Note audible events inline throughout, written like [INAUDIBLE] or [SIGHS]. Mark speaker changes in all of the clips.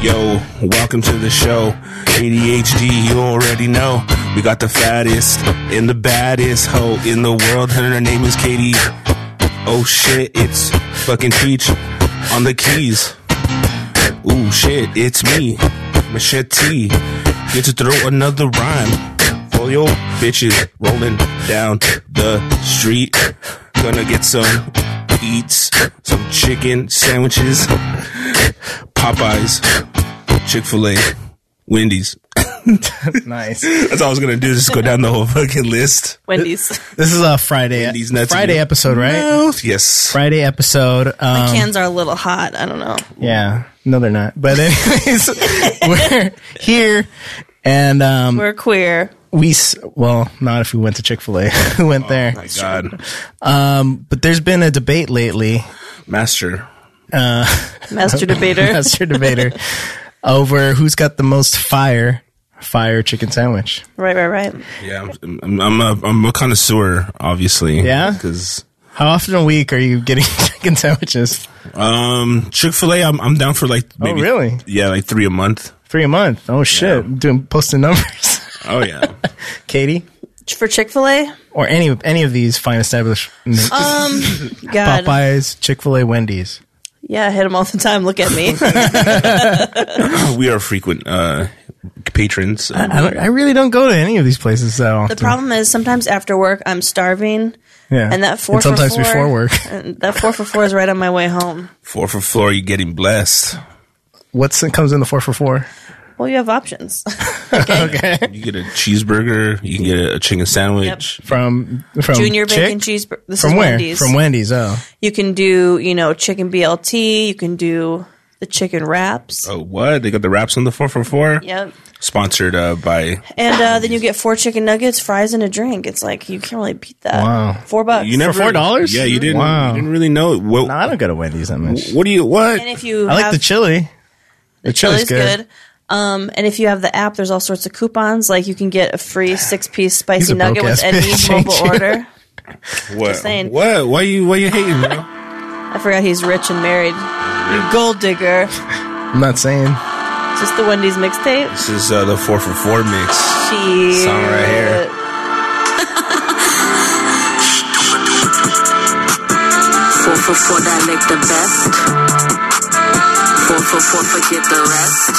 Speaker 1: Yo, welcome to the show. ADHD, you already know. We got the fattest and the baddest hoe in the world, and her name is Katie. Oh shit, it's fucking Peach on the keys. Ooh shit, it's me, Machete. Get to throw another rhyme. For your bitches rolling down the street. Gonna get some eats, some chicken sandwiches, Popeyes, Chick fil A, Wendy's. [COUGHS]
Speaker 2: Nice.
Speaker 1: That's all I was gonna do, just go down the whole fucking list.
Speaker 3: Wendy's.
Speaker 2: [LAUGHS] This is a Friday
Speaker 1: Wendy's nuts in
Speaker 2: Friday
Speaker 1: your
Speaker 2: episode, right?
Speaker 1: Mouth, Yes.
Speaker 2: Friday episode. Um,
Speaker 3: [LAUGHS] Cans are a little hot. I don't know.
Speaker 2: yeah. No, they're not. But [LAUGHS] anyways, we're here, and um,
Speaker 3: We're queer.
Speaker 2: we s- well, not if we went to Chick Fil A. [LAUGHS] we went there.
Speaker 1: Oh My God.
Speaker 2: Um, but there's been a debate lately. [LAUGHS]
Speaker 1: Master.
Speaker 3: Master debater.
Speaker 2: Master [LAUGHS] debater over who's got the most fire fire chicken sandwich.
Speaker 3: right, right, right.
Speaker 1: Yeah, I'm, I'm, I'm, a, I'm a connoisseur, obviously.
Speaker 2: Yeah?
Speaker 1: Because
Speaker 2: How often a week are you getting [LAUGHS] chicken sandwiches?
Speaker 1: um, Chick fil A, I'm, I'm down for like maybe.
Speaker 2: Oh, really?
Speaker 1: Yeah, like three a month.
Speaker 2: Three a month. Oh shit! Doing posting numbers, [LAUGHS]
Speaker 1: Oh, yeah. [COUGHS]
Speaker 2: Katie.
Speaker 3: For Chick fil A?
Speaker 2: or any of any of these fine establishments
Speaker 3: God.
Speaker 2: Popeyes, Chick Fil A, Wendy's.
Speaker 3: Yeah, I hit him all the time. Look at
Speaker 2: [LAUGHS]
Speaker 3: me.
Speaker 1: we are frequent uh,
Speaker 2: [LAUGHS]
Speaker 1: patrons. Um,
Speaker 2: I, don't, I really don't go to any of these places that often.
Speaker 3: Uh-huh. the problem is sometimes after work, I'm starving.
Speaker 2: yeah,
Speaker 3: And that four for
Speaker 2: sometimes
Speaker 3: four,
Speaker 2: before work. [LAUGHS]
Speaker 3: [LAUGHS] and that four for four is right on my way home.
Speaker 1: Four for floor, you're getting blessed.
Speaker 2: What's it comes in the four for four?
Speaker 3: Well, you have options.
Speaker 1: You get a cheeseburger, you can get a chicken sandwich.
Speaker 2: From from
Speaker 3: Junior
Speaker 2: Chick?
Speaker 3: bacon cheeseburger. This
Speaker 2: From
Speaker 3: is
Speaker 2: where?
Speaker 3: Wendy's.
Speaker 2: From Wendy's. Oh,
Speaker 3: you can do, you know, chicken BLT. You can do the chicken wraps.
Speaker 1: Oh, what? They got the wraps on the four for four?
Speaker 3: Yep.
Speaker 1: Sponsored uh, by.
Speaker 3: And uh, then you get four chicken nuggets, fries, and a drink. It's like you can't really beat that.
Speaker 2: Wow.
Speaker 3: Four bucks.
Speaker 1: You never,
Speaker 2: $4?
Speaker 1: Yeah, you didn't.
Speaker 2: Wow.
Speaker 1: You didn't really know what.
Speaker 2: no, I don't go to Wendy's that much.
Speaker 1: what do you what?
Speaker 3: and if you
Speaker 2: I like
Speaker 3: have,
Speaker 2: the chili. The,
Speaker 3: chili's good. Um, and if you have the app, there's all sorts of coupons. Like you can get a free six piece
Speaker 2: He's
Speaker 3: spicy
Speaker 2: a
Speaker 3: nugget with
Speaker 2: broke-ass
Speaker 3: any
Speaker 2: bitch, ain't
Speaker 3: mobile
Speaker 2: you?
Speaker 3: order.
Speaker 1: what?
Speaker 3: saying.
Speaker 1: What? Why you? Why you hating, bro?
Speaker 3: I forgot he's rich and married. You gold digger.
Speaker 2: I'm not saying.
Speaker 3: It's just the Wendy's
Speaker 1: [LAUGHS]
Speaker 3: mixtape.
Speaker 1: this is uh, the four for four mix.
Speaker 3: She
Speaker 1: Song right here.
Speaker 4: Four for four dialect the best. Four for four forget the rest.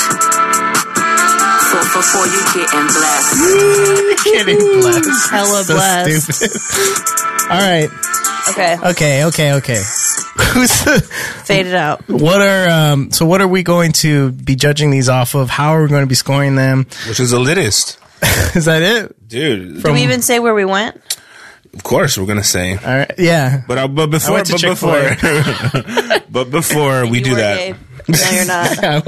Speaker 4: Four for four you getting blessed.
Speaker 2: Kidding. Bless.
Speaker 3: Hella
Speaker 2: So
Speaker 3: blessed.
Speaker 2: stupid.
Speaker 3: [LAUGHS]
Speaker 2: All right.
Speaker 3: Okay,
Speaker 2: Okay. Okay. Okay. Who's the,
Speaker 3: fade it out.
Speaker 2: what are um, so? What are we going to be judging these off of? How are we going to be scoring them? [LAUGHS]
Speaker 1: Which is the litest,
Speaker 2: Is that it?
Speaker 1: dude.
Speaker 3: Did we even say where we went?
Speaker 1: of course, we're gonna say.
Speaker 2: All right. Yeah.
Speaker 1: But uh, but
Speaker 2: I
Speaker 1: before
Speaker 2: went to
Speaker 1: but before [LAUGHS] but before we
Speaker 3: You
Speaker 1: do
Speaker 3: were
Speaker 1: that.
Speaker 3: gay. No, you're not.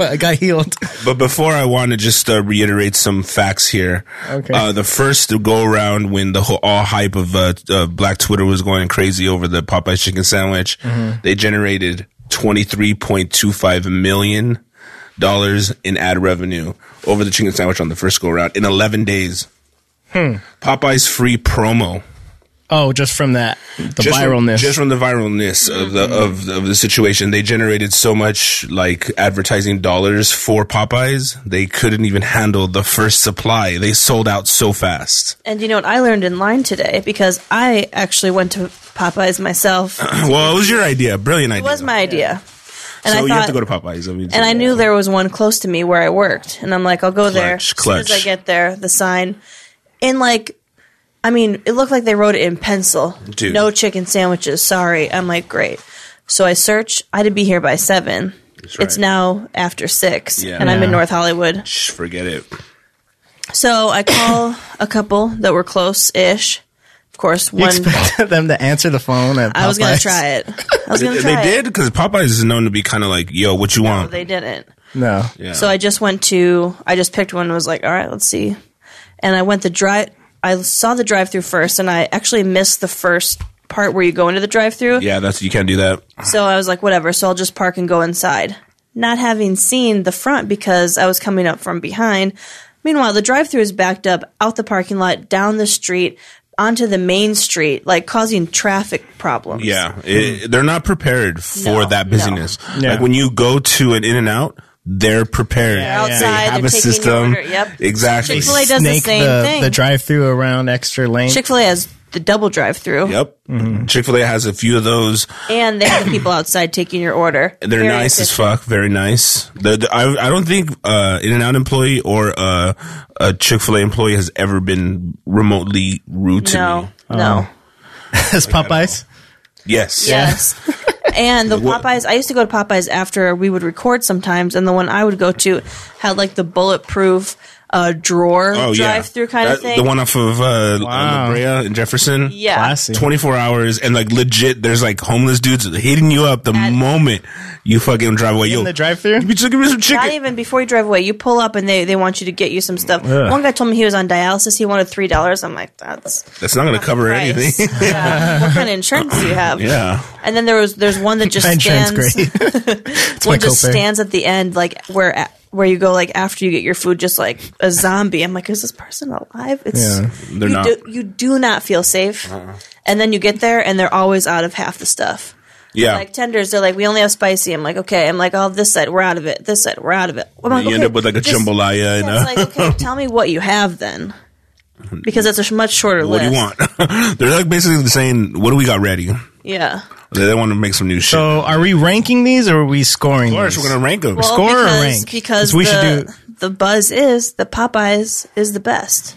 Speaker 2: [LAUGHS] I got healed.
Speaker 1: But before I want to just uh, reiterate some facts here.
Speaker 2: Okay.
Speaker 1: Uh, the first to go around when the whole all hype of uh, uh, Black Twitter was going crazy over the Popeyes chicken sandwich, they generated twenty three point two five million dollars in ad revenue over the chicken sandwich on the first go around in eleven days. Popeyes free promo.
Speaker 2: Oh, just from that the
Speaker 1: Just from-
Speaker 2: viralness.
Speaker 1: just from the viralness of the of the, of the situation, they generated so much like advertising dollars for Popeyes, they couldn't even handle the first supply. They sold out so fast. [CLEARS THROAT]
Speaker 3: And you know what I learned in line today because I actually went to Popeyes myself. It
Speaker 1: well, it was your idea, brilliant idea.
Speaker 3: was my idea. And
Speaker 1: So
Speaker 3: I thought,
Speaker 1: you have to go to Popeyes. I mean,
Speaker 3: and I knew there was one close to me where I worked, and I'm like, I'll go there.
Speaker 1: Clutch,
Speaker 3: As soon
Speaker 1: clutch.
Speaker 3: as I get there, the sign, and like, I mean, it looked like they wrote it in pencil.
Speaker 1: Dude.
Speaker 3: No chicken sandwiches. Sorry. I'm like, great. So I search. I had to be here by seven.
Speaker 1: right.
Speaker 3: It's now after six,
Speaker 1: Yeah.
Speaker 3: and I'm in
Speaker 2: Yeah.
Speaker 3: North Hollywood.
Speaker 1: Shh, forget it.
Speaker 3: So I call a couple that were close ish. Of course,
Speaker 2: you
Speaker 3: one.
Speaker 2: expected [LAUGHS] them to answer the phone. At
Speaker 3: I was gonna
Speaker 2: Popeyes?
Speaker 3: try it. I was gonna
Speaker 1: They,
Speaker 3: try it.
Speaker 1: did because Popeyes is known to be kind of like, "Yo, what you want?"
Speaker 3: They didn't.
Speaker 2: No.
Speaker 1: yeah.
Speaker 3: So I just went to. I just picked one. and Was like, all right, let's see. And I went the drive. I saw the drive-through first, and I actually missed the first part where you go into the drive-through.
Speaker 1: yeah, that's you can't do that.
Speaker 3: So I was like, whatever. So I'll just park and go inside, not having seen the front because I was coming up from behind. Meanwhile, the drive-through is backed up out the parking lot, down the street, onto the main street, like causing traffic problems.
Speaker 1: Yeah, it, they're not prepared for
Speaker 3: No,
Speaker 1: that busyness.
Speaker 2: no.
Speaker 1: Like when you go to an In and Out, They're prepared.
Speaker 3: They're outside,
Speaker 1: They have
Speaker 3: they're
Speaker 1: a
Speaker 3: taking
Speaker 1: system.
Speaker 3: your order. Yep.
Speaker 1: Exactly.
Speaker 3: Chick-fil-A does the
Speaker 2: snake
Speaker 3: same thing.
Speaker 2: the drive-through around extra lane.
Speaker 3: Chick Fil A has the double drive-through,
Speaker 1: Yep. Chick fil A has a few of those.
Speaker 3: and they have the people outside taking your order.
Speaker 1: They're
Speaker 3: Very
Speaker 1: nice as
Speaker 3: efficient.
Speaker 1: fuck. Very nice. The, the, I, I don't think uh, In and Out employee or uh, a Chick fil A employee has ever been remotely rude to me.
Speaker 3: No, no,
Speaker 2: It's Popeyes.
Speaker 1: Yes.
Speaker 3: yes. [LAUGHS] And the Popeyes, I used to go to Popeyes after we would record sometimes, and the one I would go to had like the bulletproof uh, drawer
Speaker 1: Oh, yeah.
Speaker 3: drive-through kind
Speaker 1: That-
Speaker 3: of thing.
Speaker 1: The one off of uh,
Speaker 2: Wow.
Speaker 1: La Brea and Jefferson.
Speaker 3: yeah,
Speaker 2: Classy.
Speaker 1: 24 hours and like legit there's like homeless dudes hitting you up the
Speaker 3: At-
Speaker 1: moment you fucking drive away yo
Speaker 2: In the drive-through.
Speaker 1: you just give me some
Speaker 3: Not
Speaker 1: chicken
Speaker 3: even before you drive away. You pull up and they, they want you to get you some stuff.
Speaker 2: Ugh.
Speaker 3: One guy told me he was on dialysis. He wanted three dollars. I'm like, that's
Speaker 1: that's not gonna cover
Speaker 3: price.
Speaker 1: anything
Speaker 3: [LAUGHS] Yeah. what kind of insurance do you
Speaker 1: [LAUGHS]
Speaker 3: have?
Speaker 1: yeah
Speaker 3: And then there was there's one that just
Speaker 2: My insurance
Speaker 3: stands. [LAUGHS]
Speaker 2: great. it's my
Speaker 3: one just
Speaker 2: copay.
Speaker 3: stands at the end, like where a- where you go, like after you get your food, just like a zombie. I'm like, is this person alive? It's
Speaker 2: Yeah.
Speaker 1: They're
Speaker 3: you
Speaker 1: not. Uh-uh.
Speaker 3: Do, you do not feel safe. And then you get there, and they're always out of half the stuff.
Speaker 1: yeah
Speaker 3: Like tenders, they're like, we only have spicy. I'm like, okay. I'm like, oh, this side, we're out of it. This side, we're out of it. I'm like,
Speaker 1: you end
Speaker 3: okay,
Speaker 1: up with like a
Speaker 3: just-
Speaker 1: jambalaya and
Speaker 3: yeah,
Speaker 1: a
Speaker 3: it's like, okay, tell me what you have then, because it's a sh- much
Speaker 1: [LAUGHS]
Speaker 3: shorter
Speaker 1: what do
Speaker 3: list.
Speaker 1: you want [LAUGHS] they're like basically saying what do we got ready
Speaker 3: Yeah.
Speaker 1: they, they want to make some new shit
Speaker 2: So are we ranking these or are we scoring?
Speaker 1: of course we're gonna rank them
Speaker 3: Well,
Speaker 2: Score or
Speaker 3: because,
Speaker 2: rank?
Speaker 3: Because
Speaker 2: 'Cause we
Speaker 3: the,
Speaker 2: should do-
Speaker 3: the buzz is the Popeyes is the best.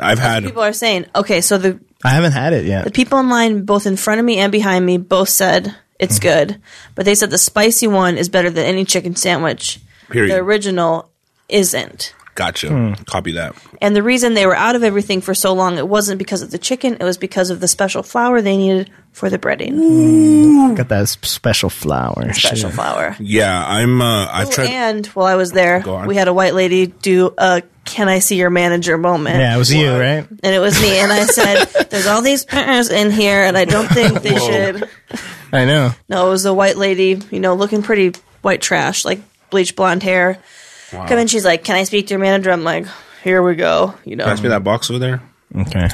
Speaker 1: i've had
Speaker 3: People are saying, okay, so the
Speaker 2: I haven't had it
Speaker 3: the
Speaker 2: yet.
Speaker 3: people in line, both in front of me and behind me, both said
Speaker 1: Hmm.
Speaker 3: it's good, but they said the spicy one is better than any chicken sandwich.
Speaker 1: Period.
Speaker 3: The original isn't.
Speaker 1: gotcha
Speaker 2: Hmm.
Speaker 1: copy that
Speaker 3: And the reason they were out of everything for so long, it wasn't because of the chicken, it was because of the special flour they needed for the breading.
Speaker 2: Got that s- special flower.
Speaker 3: Special
Speaker 2: Shit.
Speaker 3: flour.
Speaker 1: yeah i'm uh i've
Speaker 3: Ooh,
Speaker 1: tried
Speaker 3: and while I was there,
Speaker 1: Go on.
Speaker 3: we had a white lady do a "Can I see your manager?" moment.
Speaker 2: Yeah, it was you, right?
Speaker 3: and it was me. And
Speaker 1: [LAUGHS]
Speaker 3: I said, "There's all these partners in here, and I don't think they
Speaker 1: Whoa.
Speaker 3: should."
Speaker 2: I know.
Speaker 3: No, it was a white lady, you know, looking pretty white trash, like bleach blonde hair. Come in, she's like, "Can I speak to your manager?" I'm like, "Here we go," you know.
Speaker 1: pass me that box over there
Speaker 3: [LAUGHS]
Speaker 2: Okay.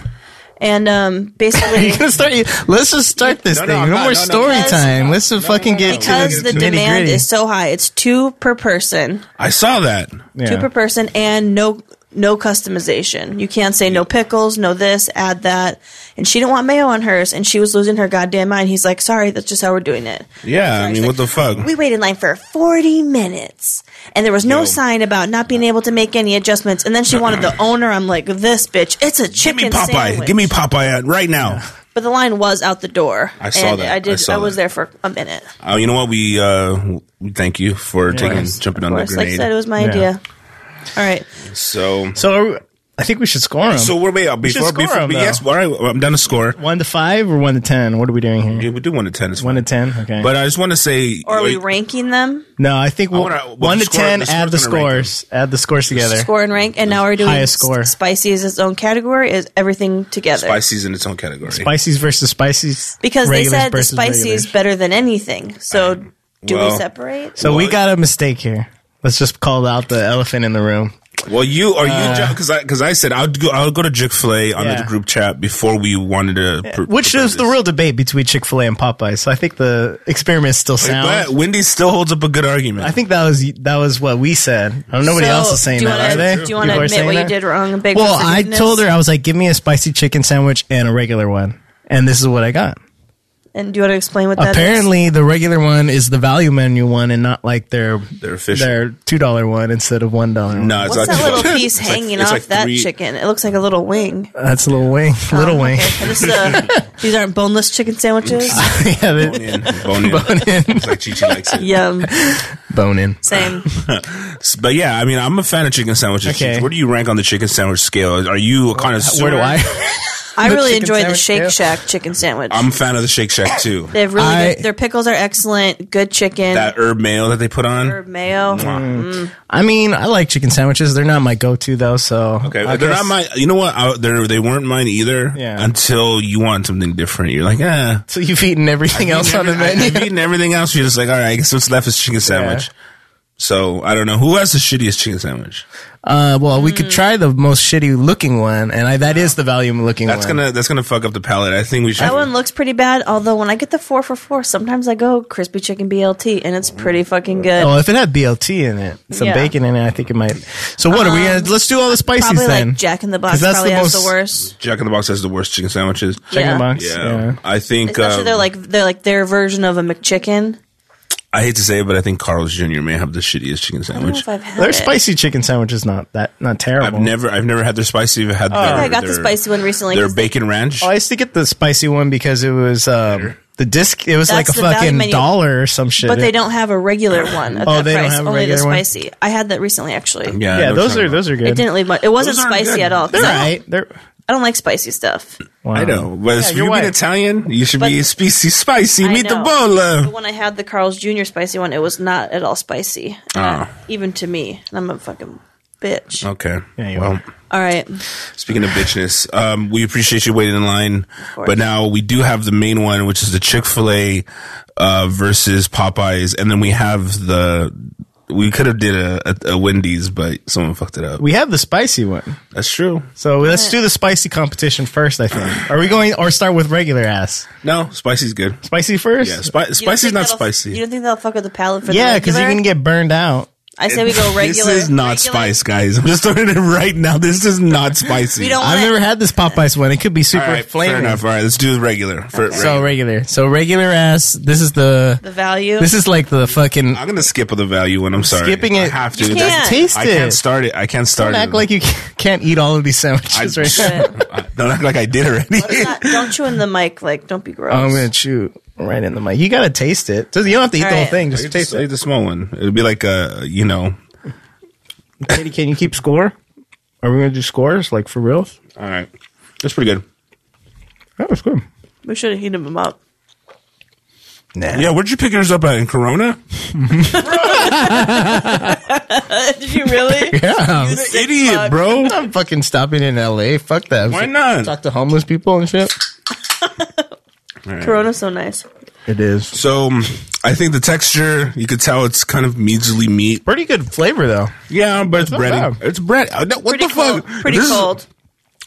Speaker 3: And um,
Speaker 2: [LAUGHS]
Speaker 3: basically,
Speaker 2: Let's start. Let's just start this
Speaker 1: No, no,
Speaker 2: thing. No,
Speaker 1: I'm not-
Speaker 2: more
Speaker 1: no, no,
Speaker 2: story
Speaker 3: because-
Speaker 2: time. Let's just fucking get
Speaker 3: because
Speaker 2: to
Speaker 3: the
Speaker 2: nitty
Speaker 3: demand
Speaker 2: gritty.
Speaker 3: is so high, it's two per person,
Speaker 1: i saw that
Speaker 2: Yeah.
Speaker 3: two per person, and no no customization. You can't say no pickles, no this, add that. And she didn't want mayo on hers, and she was losing her goddamn mind. He's like, "Sorry, that's just how we're doing it."
Speaker 1: yeah i mean what the fuck
Speaker 3: We waited in line for 40 minutes and there was no
Speaker 1: Yo.
Speaker 3: sign about not being able to make any adjustments. And then she wanted
Speaker 1: [CLEARS THROAT]
Speaker 3: the owner. I'm like, this bitch, it's a
Speaker 1: give me
Speaker 3: chicken
Speaker 1: popeye
Speaker 3: sandwich.
Speaker 1: give me popeye right now
Speaker 3: But the line was out the door.
Speaker 1: I saw
Speaker 3: and
Speaker 1: that.
Speaker 3: I did.
Speaker 1: I
Speaker 3: I,
Speaker 1: saw
Speaker 3: was
Speaker 1: that.
Speaker 3: there for a minute.
Speaker 1: Uh, you know what? We uh, we thank you for taking
Speaker 2: course.
Speaker 1: jumping
Speaker 3: Of
Speaker 1: on the
Speaker 3: course, like I
Speaker 1: grenade.
Speaker 3: said, it was my
Speaker 2: Yeah.
Speaker 3: idea. All right.
Speaker 1: so,
Speaker 2: So are we- I think we should score them.
Speaker 1: so
Speaker 2: So
Speaker 3: Um,
Speaker 1: we're wait uh,
Speaker 2: should
Speaker 1: before
Speaker 2: score
Speaker 1: before.
Speaker 2: 'em,
Speaker 1: but
Speaker 2: though.
Speaker 1: yes, all right. well, I'm down to score.
Speaker 2: one to five or one to ten? What are we doing here?
Speaker 1: Yeah, we do one to ten. It's
Speaker 2: One to
Speaker 1: fine.
Speaker 2: ten. Okay.
Speaker 1: But I just want to say,
Speaker 3: Or are we
Speaker 1: like,
Speaker 3: ranking them?
Speaker 2: no, I think we'll,
Speaker 1: wanna- well,
Speaker 2: one
Speaker 1: the
Speaker 2: to
Speaker 1: score-
Speaker 2: ten.
Speaker 1: the
Speaker 2: add the
Speaker 1: score's gonna rank
Speaker 2: scores. Add the scores together.
Speaker 3: Score and rank. And now we're doing
Speaker 2: Highest score.
Speaker 3: s- Spicy is its own category. Is everything together?
Speaker 1: spices in its own category.
Speaker 2: Spices versus spices.
Speaker 3: Because they
Speaker 2: regulars
Speaker 3: said the
Speaker 2: versus
Speaker 3: spicy
Speaker 2: regulars.
Speaker 3: is better than anything. So do
Speaker 1: well,
Speaker 3: we separate?
Speaker 2: So we
Speaker 1: Well-
Speaker 2: got a mistake here. Let's just call out the elephant in the room.
Speaker 1: Well, you are
Speaker 3: Uh,
Speaker 1: you because I because I said I'd go I'll go to Chick Fil A on
Speaker 2: Yeah.
Speaker 1: the group chat before we wanted to. pr-
Speaker 2: Which
Speaker 1: propose
Speaker 2: is the
Speaker 1: this.
Speaker 2: real debate between Chick Fil A and Popeye. So I think the experiment is still sound.
Speaker 1: But Wendy still holds up a good argument.
Speaker 2: I think that was that was what we said. I don't, nobody
Speaker 3: So,
Speaker 2: else is saying
Speaker 3: do you
Speaker 2: that,
Speaker 3: wanna-
Speaker 2: are they?
Speaker 3: Do you
Speaker 2: People
Speaker 3: want to
Speaker 2: are
Speaker 3: admit
Speaker 2: saying
Speaker 3: what you
Speaker 2: that?
Speaker 3: did wrong? and beg for
Speaker 2: Well, I
Speaker 3: forgiveness?
Speaker 2: told her I was like, "Give me a spicy chicken sandwich and a regular one," and this is what I got.
Speaker 3: And do you want to explain what that is?
Speaker 2: Apparently, the regular one is the value menu one, and not like their
Speaker 1: Their official.
Speaker 2: their two dollar one instead of one dollar.
Speaker 1: no, it's
Speaker 3: What's
Speaker 1: like- [LAUGHS]
Speaker 3: that little piece
Speaker 1: it's like-
Speaker 3: hanging
Speaker 1: it's
Speaker 3: off
Speaker 1: like
Speaker 3: that
Speaker 1: three-
Speaker 3: chicken? It looks like a little wing. Um,
Speaker 2: that's a little wing,
Speaker 3: Oh,
Speaker 2: little wing.
Speaker 3: Okay,
Speaker 2: [LAUGHS]
Speaker 3: this, uh, these aren't boneless chicken sandwiches.
Speaker 2: yeah, they-
Speaker 1: in, bone in.
Speaker 2: [LAUGHS]
Speaker 3: [LAUGHS]
Speaker 2: bone in,
Speaker 1: It's like Chi Chi likes it.
Speaker 3: Yum.
Speaker 2: bone in.
Speaker 3: Same.
Speaker 1: But yeah, I mean, I'm a fan of chicken sandwiches.
Speaker 2: Okay.
Speaker 1: Where do you rank on the chicken sandwich scale? Are you a connoisseur?
Speaker 2: Where do I?
Speaker 3: I really
Speaker 2: chicken
Speaker 3: enjoy the
Speaker 2: sandwich,
Speaker 3: Shake
Speaker 2: yeah.
Speaker 3: Shack chicken sandwich.
Speaker 1: I'm a fan of the Shake Shack too.
Speaker 3: they have really
Speaker 2: I-
Speaker 3: good, their pickles are excellent. Good chicken.
Speaker 1: that Mm-hmm. herb mayo that they put on.
Speaker 3: herb mayo.
Speaker 2: Mm, I mean, I like chicken sandwiches. They're not my go-to though. So
Speaker 1: Okay,
Speaker 2: I
Speaker 1: they're
Speaker 2: guess-
Speaker 1: not my. You know what? I, they're, they weren't mine either.
Speaker 2: Yeah.
Speaker 1: Until you want something different, you're like, eh.
Speaker 2: So you've eaten everything else on the
Speaker 1: I-
Speaker 2: menu.
Speaker 1: [LAUGHS] I've eaten everything else. You're just like, all right. I guess what's left is chicken sandwich. So I don't know who has the shittiest chicken sandwich.
Speaker 2: Uh, well, we could try the most shitty looking one, and I, that is the volume looking
Speaker 1: That's
Speaker 2: one.
Speaker 1: gonna that's gonna fuck up the palate. I think we should.
Speaker 3: That one looks pretty bad, although when I get the four for four, sometimes I go crispy chicken BLT and it's pretty fucking good.
Speaker 2: Well, Oh, if it had BLT in it, some
Speaker 3: Yeah. Um,
Speaker 2: bacon in it, I think it might. So what are we gonna? Let's do all the spices
Speaker 3: probably
Speaker 2: then.
Speaker 3: like Jack in the
Speaker 2: 'Cause
Speaker 3: Box
Speaker 2: that's
Speaker 3: probably
Speaker 2: the
Speaker 3: has the
Speaker 2: most-
Speaker 3: worst.
Speaker 1: Jack in the Box has the worst chicken sandwiches.
Speaker 2: Jack in
Speaker 3: Yeah.
Speaker 2: the box.
Speaker 1: Yeah,
Speaker 2: Yeah.
Speaker 1: I think.
Speaker 3: Especially
Speaker 1: um,
Speaker 3: they're like they're like their version of a McChicken.
Speaker 1: I hate to say it, but I think Carl's Jr. may have the shittiest chicken
Speaker 3: I don't know
Speaker 1: sandwich.
Speaker 3: if I've had
Speaker 2: Their
Speaker 3: it.
Speaker 2: spicy chicken sandwich is not that not terrible.
Speaker 1: I've never, I've never had their spicy. I've had.
Speaker 3: I
Speaker 1: their,
Speaker 3: think Oh, I got the
Speaker 1: their-
Speaker 3: spicy one recently.
Speaker 1: Their
Speaker 3: 'cause they-
Speaker 1: bacon ranch.
Speaker 2: Oh, I used to get the spicy one because it was um, the disc. It was like
Speaker 3: That's
Speaker 2: a
Speaker 3: the value
Speaker 2: fucking
Speaker 3: menu.
Speaker 2: dollar or some shit.
Speaker 3: but they don't have a regular one at
Speaker 2: Oh,
Speaker 3: that
Speaker 2: they don't
Speaker 3: price.
Speaker 2: have a
Speaker 3: only the
Speaker 2: regular one?
Speaker 3: spicy. I had that recently actually.
Speaker 1: yeah, I know
Speaker 2: Yeah,
Speaker 1: what
Speaker 2: those
Speaker 1: you're
Speaker 2: are
Speaker 1: talking
Speaker 2: those are good.
Speaker 3: It didn't leave much. It wasn't
Speaker 1: Those aren't
Speaker 3: spicy
Speaker 1: good.
Speaker 3: at all. 'cause
Speaker 2: They're
Speaker 3: I don't-
Speaker 2: right. They're
Speaker 3: I don't like spicy stuff.
Speaker 2: wow.
Speaker 1: I know, but if
Speaker 2: you're
Speaker 1: you mean
Speaker 2: right.
Speaker 1: Italian, you should
Speaker 3: But-
Speaker 1: be spicy, spicy
Speaker 3: I know. But
Speaker 1: meatball.
Speaker 3: when I had the Carl's Jr. spicy one, it was not at all spicy, uh,
Speaker 1: Oh.
Speaker 3: even to me. And I'm a fucking bitch.
Speaker 1: Okay.
Speaker 2: Yeah, you
Speaker 1: well,
Speaker 2: are.
Speaker 3: All right.
Speaker 1: speaking of bitchness, um, we appreciate you waiting in line,
Speaker 3: course.
Speaker 1: but now we do have the main one, which is the Chick Fil A uh, versus Popeyes, and then we have the. We could have did a, a, a Wendy's, but someone fucked it up.
Speaker 2: We have the spicy one,
Speaker 1: That's true.
Speaker 2: so let's do the spicy competition first. I think. Are we going or start with regular ass
Speaker 1: No, spicy's good.
Speaker 2: spicy first?
Speaker 1: Yeah, spi-
Speaker 3: [LAUGHS] You don't
Speaker 1: spicy's
Speaker 3: think
Speaker 1: not
Speaker 3: that'll-
Speaker 1: spicy.
Speaker 3: You don't think that'll fuck with the palate for
Speaker 2: yeah,
Speaker 3: the
Speaker 2: because
Speaker 3: regular?
Speaker 2: you can get burned out.
Speaker 3: I say we go regular.
Speaker 1: This is not
Speaker 3: regular.
Speaker 1: spice, guys. I'm just throwing it right now. This is not spicy.
Speaker 3: [LAUGHS] We don't
Speaker 2: I've
Speaker 3: want
Speaker 2: never
Speaker 3: it.
Speaker 2: had this Popeyes one. It could be super
Speaker 1: All right, fair
Speaker 2: flaming.
Speaker 1: enough. All right, let's do the regular. For, regular.
Speaker 2: So regular. So regular ass. This is the.
Speaker 3: the value.
Speaker 2: This is like the fucking.
Speaker 1: I'm gonna skip the value one. I'm sorry.
Speaker 2: Skipping
Speaker 1: I
Speaker 2: it.
Speaker 1: have to.
Speaker 3: You
Speaker 1: That's-
Speaker 3: can't.
Speaker 2: Taste
Speaker 1: I can't
Speaker 2: it.
Speaker 1: start it. I can't start
Speaker 2: Don't
Speaker 1: it.
Speaker 2: act like you [LAUGHS] can't eat all of these
Speaker 1: I,
Speaker 2: sandwiches right
Speaker 1: [LAUGHS]
Speaker 2: now.
Speaker 1: I- don't act like I did already.
Speaker 3: It's not- don't chew in the mic. Like, don't be gross.
Speaker 2: Oh, I'm gonna chew right in the mic. You gotta taste it. Doesn't- You don't have to eat
Speaker 3: All
Speaker 2: the whole
Speaker 3: right.
Speaker 2: thing. Just
Speaker 1: Just
Speaker 2: taste
Speaker 1: like
Speaker 2: it.
Speaker 1: the small one. It'd be like a you know.
Speaker 2: Katie, can you keep score? Are we gonna do scores like for real?
Speaker 1: All right, that's pretty good.
Speaker 2: That was good.
Speaker 3: we should have heated them up.
Speaker 2: Nah.
Speaker 1: Yeah, where'd you pick yours up at in Corona?
Speaker 3: [LAUGHS] Did you really?
Speaker 1: [LAUGHS]
Speaker 2: Yeah.
Speaker 1: Idiot,
Speaker 2: [LAUGHS]
Speaker 3: fuck.
Speaker 1: bro.
Speaker 2: I'm fucking stopping in L.A. Fuck that.
Speaker 1: Why not?
Speaker 2: Talk to homeless people and shit.
Speaker 3: Corona's so nice.
Speaker 2: It is
Speaker 1: So um, I think the texture you could tell it's kind of measly meat.
Speaker 2: pretty good flavor though.
Speaker 1: Yeah, but it's
Speaker 2: not
Speaker 1: bready.
Speaker 2: bad.
Speaker 1: It's bread. Uh, no, What
Speaker 3: Pretty
Speaker 1: the
Speaker 3: cold.
Speaker 1: fuck?
Speaker 3: Pretty
Speaker 1: This is-
Speaker 3: cold.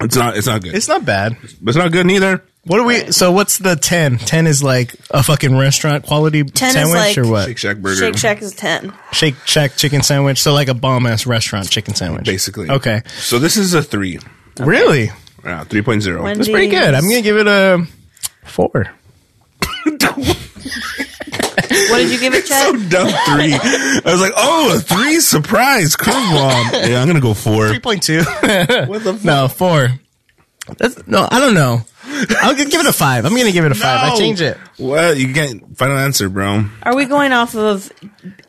Speaker 1: It's not. It's not good. It's,
Speaker 2: It's not bad.
Speaker 1: it's not good neither.
Speaker 2: What are we? So what's the ten? Ten is like a fucking restaurant quality
Speaker 3: 10 is
Speaker 2: sandwich
Speaker 3: like-
Speaker 2: or what?
Speaker 1: Shake Shack burger.
Speaker 3: Shake Shack is ten.
Speaker 2: Shake Shack chicken sandwich. So like a bomb ass restaurant chicken sandwich,
Speaker 1: Basically.
Speaker 2: Okay.
Speaker 1: So this is a three.
Speaker 2: Really?
Speaker 1: Yeah, three point zero.
Speaker 3: When-
Speaker 2: That's pretty good. I'm gonna give it a four.
Speaker 3: What did you give
Speaker 1: [LAUGHS]
Speaker 3: it, Chad?
Speaker 1: Dumb three. I was like, oh, a three surprise
Speaker 2: [LAUGHS]
Speaker 1: curveball. yeah, I'm gonna go four.
Speaker 2: Three point two. [LAUGHS] No, four. That's, no, I don't know. I'll gi- give it a five. I'm gonna give it a five. I
Speaker 1: No.
Speaker 2: change it.
Speaker 1: Well, you can't final answer, bro.
Speaker 3: Are we going off of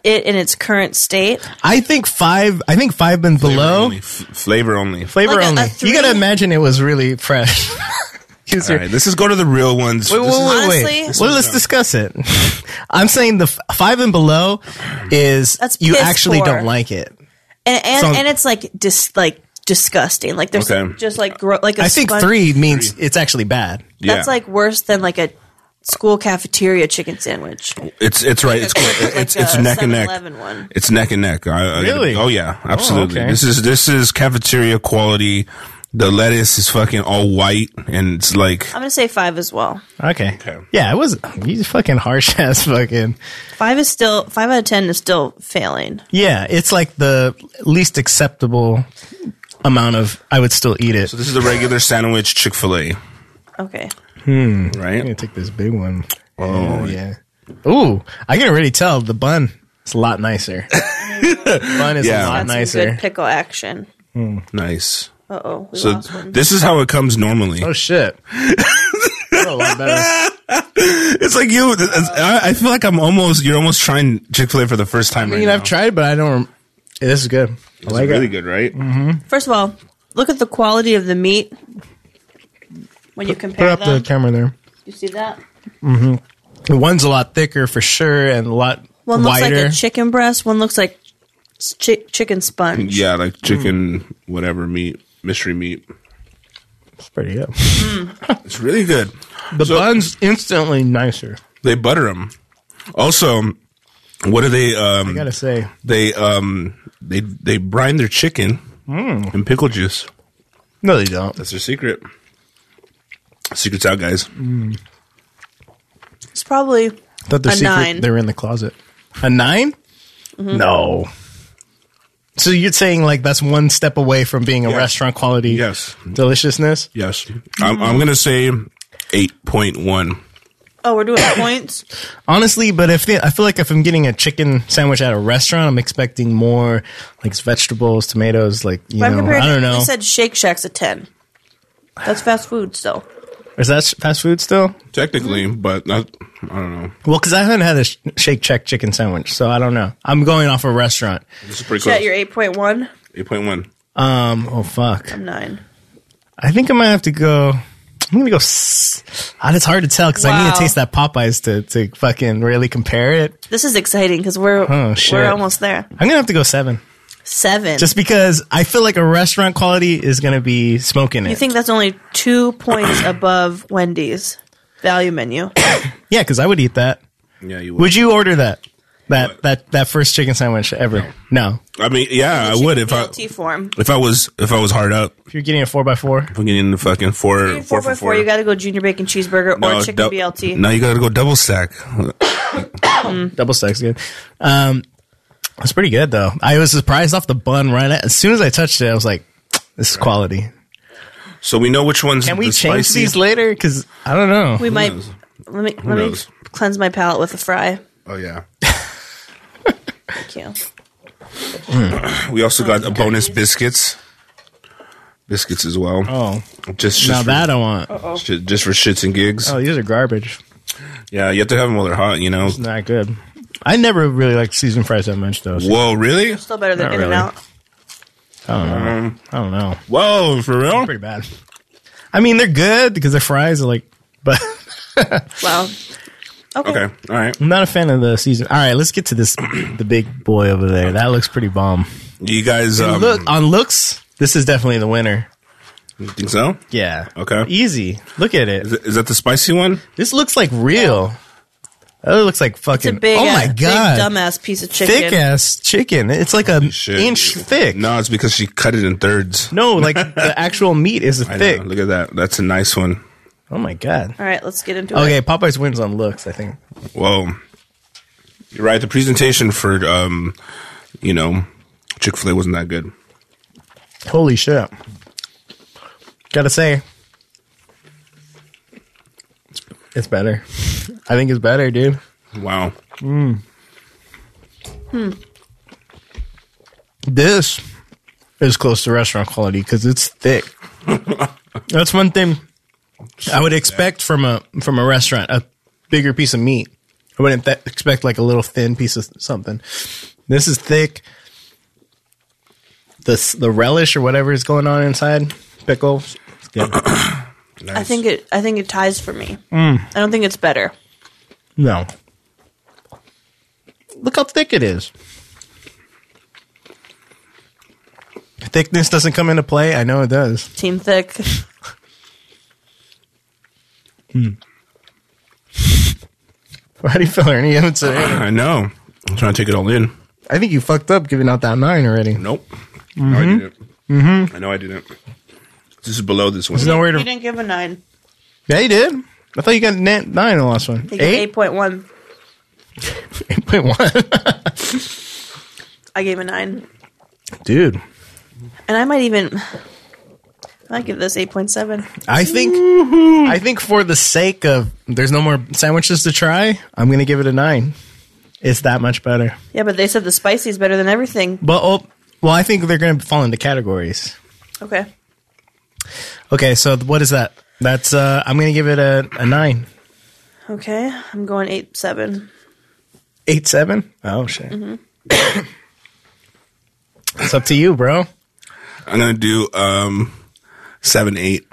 Speaker 3: it in its current state?
Speaker 2: I think five. I think five been below
Speaker 1: Only. F- flavor only.
Speaker 2: flavor
Speaker 3: Like a- a
Speaker 2: only.
Speaker 3: three?
Speaker 2: you gotta imagine it was really fresh. [LAUGHS] Use
Speaker 1: All
Speaker 2: your-
Speaker 1: right, this is go to the real ones.
Speaker 2: Wait, wait,
Speaker 1: This is-
Speaker 2: wait, wait.
Speaker 3: Honestly-
Speaker 2: well, let's discuss it. [LAUGHS] I'm saying the f- five and below is
Speaker 3: That's
Speaker 2: you
Speaker 3: piss
Speaker 2: actually
Speaker 3: poor.
Speaker 2: don't like it.
Speaker 3: And and,
Speaker 2: So-
Speaker 3: and it's like dis like disgusting. Like there's
Speaker 1: Okay.
Speaker 3: just like gro- like a
Speaker 2: I think
Speaker 3: sponge-
Speaker 2: three means it's actually bad.
Speaker 3: That's
Speaker 1: Yeah.
Speaker 3: like worse than like a school cafeteria chicken sandwich.
Speaker 1: It's it's right. It's cool. It- it's it's
Speaker 3: a
Speaker 1: neck and neck.
Speaker 3: 7-Eleven one.
Speaker 1: It's neck and neck. I, I
Speaker 2: Really?
Speaker 1: oh yeah, absolutely.
Speaker 2: Oh, okay.
Speaker 1: This is this is cafeteria quality. The lettuce is fucking all white, and it's like
Speaker 3: I'm gonna say five as well.
Speaker 2: Okay.
Speaker 1: Okay.
Speaker 2: Yeah, it was. You fucking harsh [LAUGHS] ass fucking.
Speaker 3: Five is still five out of ten is still failing.
Speaker 2: Yeah, it's like the least acceptable amount of. I would still eat it.
Speaker 1: this is the regular sandwich Chick Fil A,
Speaker 3: Okay.
Speaker 1: right?
Speaker 2: take this big one. Oh yeah. Ooh, I can already tell the bun. It's a lot [LAUGHS] nicer. bun is
Speaker 1: Yeah.
Speaker 2: a lot
Speaker 3: That's some
Speaker 2: nicer.
Speaker 3: good pickle action.
Speaker 1: Nice.
Speaker 3: Uh oh, we
Speaker 1: So
Speaker 3: lost one.
Speaker 1: this is how it comes normally.
Speaker 2: Oh shit. That's a lot better.
Speaker 1: It's like you. it's- I, I feel like I'm almost. You're almost trying Chick Fil A for the first time.
Speaker 2: [LAUGHS] I
Speaker 1: Right
Speaker 2: mean,
Speaker 1: now.
Speaker 2: I've tried, but I don't. Rem- Yeah, this is good. I
Speaker 1: It's
Speaker 2: like Mm-hmm.
Speaker 1: really
Speaker 2: it.
Speaker 1: good, right?
Speaker 3: First of all, look at the quality of the meat. When you
Speaker 2: Put
Speaker 3: compare
Speaker 2: up the
Speaker 3: them,
Speaker 2: camera there.
Speaker 3: you see that?
Speaker 2: The one's a lot thicker for sure, and a lot
Speaker 3: One looks
Speaker 2: wider.
Speaker 3: like a chicken breast. One looks like chi- chicken sponge.
Speaker 1: Yeah, like
Speaker 2: Mm-hmm.
Speaker 1: chicken, whatever meat, mystery meat.
Speaker 2: it's pretty good.
Speaker 1: It's really good.
Speaker 2: The
Speaker 1: So-
Speaker 2: bun's instantly nicer.
Speaker 1: They butter them. Also, What do they? Um,
Speaker 2: I gotta say,
Speaker 1: they um they they brine their chicken in pickle juice.
Speaker 2: no, they don't.
Speaker 1: That's their secret. Secrets out, guys.
Speaker 3: It's probably
Speaker 2: I thought the
Speaker 3: A
Speaker 2: secret
Speaker 3: nine. Mm-hmm.
Speaker 2: they were in the closet. A 9 No. So you're saying like that's one step away from being a
Speaker 1: Yes.
Speaker 2: restaurant quality
Speaker 1: Yes.
Speaker 2: deliciousness?
Speaker 1: Yes, I'm, I'm gonna say eight point one.
Speaker 3: Oh, we're doing points.
Speaker 2: Honestly, but if the, I feel like if I'm getting a chicken sandwich at a restaurant, I'm expecting more like vegetables, tomatoes, like you
Speaker 3: But I'm
Speaker 2: know,
Speaker 3: comparing.
Speaker 2: I don't know.
Speaker 3: You said Shake Shack's a ten. That's fast food still.
Speaker 2: Is that sh- fast food still?
Speaker 1: Technically,
Speaker 3: Mm-hmm.
Speaker 1: but not, I don't know.
Speaker 2: Well, because I haven't had a sh- Shake Shack chicken sandwich, so I don't know. I'm going off a restaurant.
Speaker 1: This is pretty
Speaker 3: Is that
Speaker 1: close.
Speaker 3: your eight point one?
Speaker 1: Eight point one.
Speaker 2: Um, oh fuck.
Speaker 3: Nine.
Speaker 2: I think I might have to go. I'm gonna go. s- Ah, It's hard to tell because I need
Speaker 3: Wow.
Speaker 2: to taste that Popeyes to to fucking really compare it.
Speaker 3: This is exciting because we're
Speaker 2: Oh, shit.
Speaker 3: we're almost there.
Speaker 2: I'm gonna have to go seven,
Speaker 3: Seven.
Speaker 2: just because I feel like a restaurant quality is gonna be smoking it.
Speaker 3: you think that's only two points above Wendy's value menu?
Speaker 2: yeah, because I would eat that.
Speaker 1: Yeah, you would.
Speaker 2: Would you order that? That that that first chicken sandwich ever? No.
Speaker 1: I mean, yeah, I would if I
Speaker 3: E T form.
Speaker 1: if I was if I was hard up.
Speaker 2: If you're getting a four by four,
Speaker 1: If I'm getting the fucking four
Speaker 3: Four
Speaker 1: four
Speaker 3: by
Speaker 1: for
Speaker 3: four.
Speaker 1: four.
Speaker 3: You got to go junior bacon cheeseburger or chicken
Speaker 1: dou-
Speaker 3: BLT.
Speaker 1: Now you gotta go double stack.
Speaker 2: double stacks good. Um, it's pretty good though. I was surprised off the bun right at, as soon as I touched it. I was like, "This is quality."
Speaker 1: So we know which ones.
Speaker 2: Can we
Speaker 1: the
Speaker 2: change
Speaker 1: spicy-
Speaker 2: these later? Because I don't know.
Speaker 3: We might.
Speaker 1: knows?
Speaker 3: Let me let me
Speaker 1: knows?
Speaker 3: cleanse my palate with a fry.
Speaker 1: Oh yeah.
Speaker 3: Thank you.
Speaker 1: We also
Speaker 2: Oh,
Speaker 1: got a bonus biscuits. Biscuits as well.
Speaker 2: oh,
Speaker 1: Just, just
Speaker 2: now
Speaker 1: for,
Speaker 2: that I want.
Speaker 1: shi- just for shits and gigs.
Speaker 2: Oh, these are garbage.
Speaker 1: Yeah, you have to have them while they're hot. You know.
Speaker 2: Not good. I never really liked seasoned fries that much, though. so
Speaker 1: Whoa, really?
Speaker 3: Still better than
Speaker 2: Not
Speaker 3: In and
Speaker 2: really.
Speaker 3: Out.
Speaker 2: I don't know.
Speaker 1: Whoa, for real?
Speaker 2: Pretty bad. I mean, they're good because their fries are like, but [LAUGHS]
Speaker 3: Wow. Okay.
Speaker 1: Okay, all right.
Speaker 2: I'm not a fan of the season. All right, let's get to this, [CLEARS THROAT] the big boy over there. That looks pretty bomb.
Speaker 1: You guys um,
Speaker 2: Look on looks, this is definitely the winner.
Speaker 1: think so?
Speaker 2: Yeah.
Speaker 1: Okay.
Speaker 2: Easy. Look at
Speaker 1: Is
Speaker 2: it.
Speaker 1: that- Is that the spicy one?
Speaker 2: This looks like real. That looks like
Speaker 3: It's a
Speaker 2: fucking.
Speaker 3: big,
Speaker 2: oh
Speaker 3: ass-
Speaker 2: my god.
Speaker 3: big dumbass piece of chicken.
Speaker 2: thick ass chicken. It's like an
Speaker 1: Shit.
Speaker 2: inch thick.
Speaker 1: No, it's because she cut it in thirds.
Speaker 2: No, like the actual meat is
Speaker 1: [LAUGHS] I
Speaker 2: thick.
Speaker 1: know. Look at that. That's a nice one.
Speaker 2: Oh my god.
Speaker 3: All right, let's get into
Speaker 2: Okay,
Speaker 3: it.
Speaker 2: Popeyes wins on looks, I think.
Speaker 1: Whoa. You're right. The presentation for, um, you know, Chick fil A wasn't that good.
Speaker 2: Holy shit. Gotta say. it's- It's better. I think it's better, dude.
Speaker 1: Wow.
Speaker 2: This is close to restaurant quality because it's thick. That's one thing I would expect from a from a restaurant, a bigger piece of meat. I wouldn't th- expect like a little thin piece of something. This is thick. The s- the relish or whatever is going on inside pickles. It's good.
Speaker 1: Nice.
Speaker 3: I think it. I think it ties for me. I don't think it's better.
Speaker 2: No. Look how thick it is. Thickness doesn't come into play. I know it does.
Speaker 3: Team thick.
Speaker 2: How do you feel, Ernie? You haven't said anything.
Speaker 1: I know. I'm trying to take it all in.
Speaker 2: I think you fucked up giving out that nine already.
Speaker 1: Nope. No, I didn't. Mm-hmm. I know I didn't. This is below this one.
Speaker 2: There's nowhere
Speaker 3: you
Speaker 2: to.
Speaker 3: didn't give a nine.
Speaker 2: Yeah, you did. I thought you got na- nine in the last one.
Speaker 3: You gave eight point one.
Speaker 2: [LAUGHS] Eight point one.
Speaker 3: I gave a nine,
Speaker 2: Dude,
Speaker 3: and I might even. I might give this eight point seven.
Speaker 2: I think I think for the sake of there's no more sandwiches to try, I'm gonna give it a nine. It's that much better.
Speaker 3: Yeah, but they said the spicy is better than everything.
Speaker 2: But oh, well, I think they're gonna fall into categories.
Speaker 3: Okay.
Speaker 2: Okay, so what is that? That's uh I'm gonna give it a, a nine.
Speaker 3: Okay, I'm going eight seven.
Speaker 2: Eight seven? Oh shit. [COUGHS] it's up to you, bro.
Speaker 1: I'm going to do um, 7 8.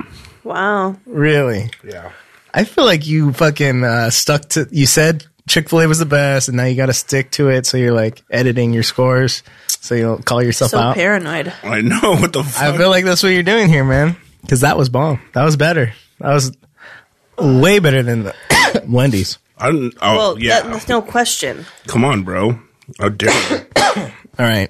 Speaker 3: Wow.
Speaker 2: Really?
Speaker 1: Yeah.
Speaker 2: I feel like you fucking uh, stuck to. You said Chick Fil A was the best, and now you got to stick to it. So you're like editing your scores, so you don't call yourself
Speaker 3: So
Speaker 2: out.
Speaker 3: paranoid.
Speaker 1: I know. What the fuck?
Speaker 2: I feel like that's what you're doing here, man. Because that was bomb. That was better. That was way better than the [COUGHS] Wendy's.
Speaker 1: I don't. Oh,
Speaker 3: Well,
Speaker 1: yeah.
Speaker 3: that, that's no question.
Speaker 1: Come on, bro. Oh, damn.
Speaker 2: All right.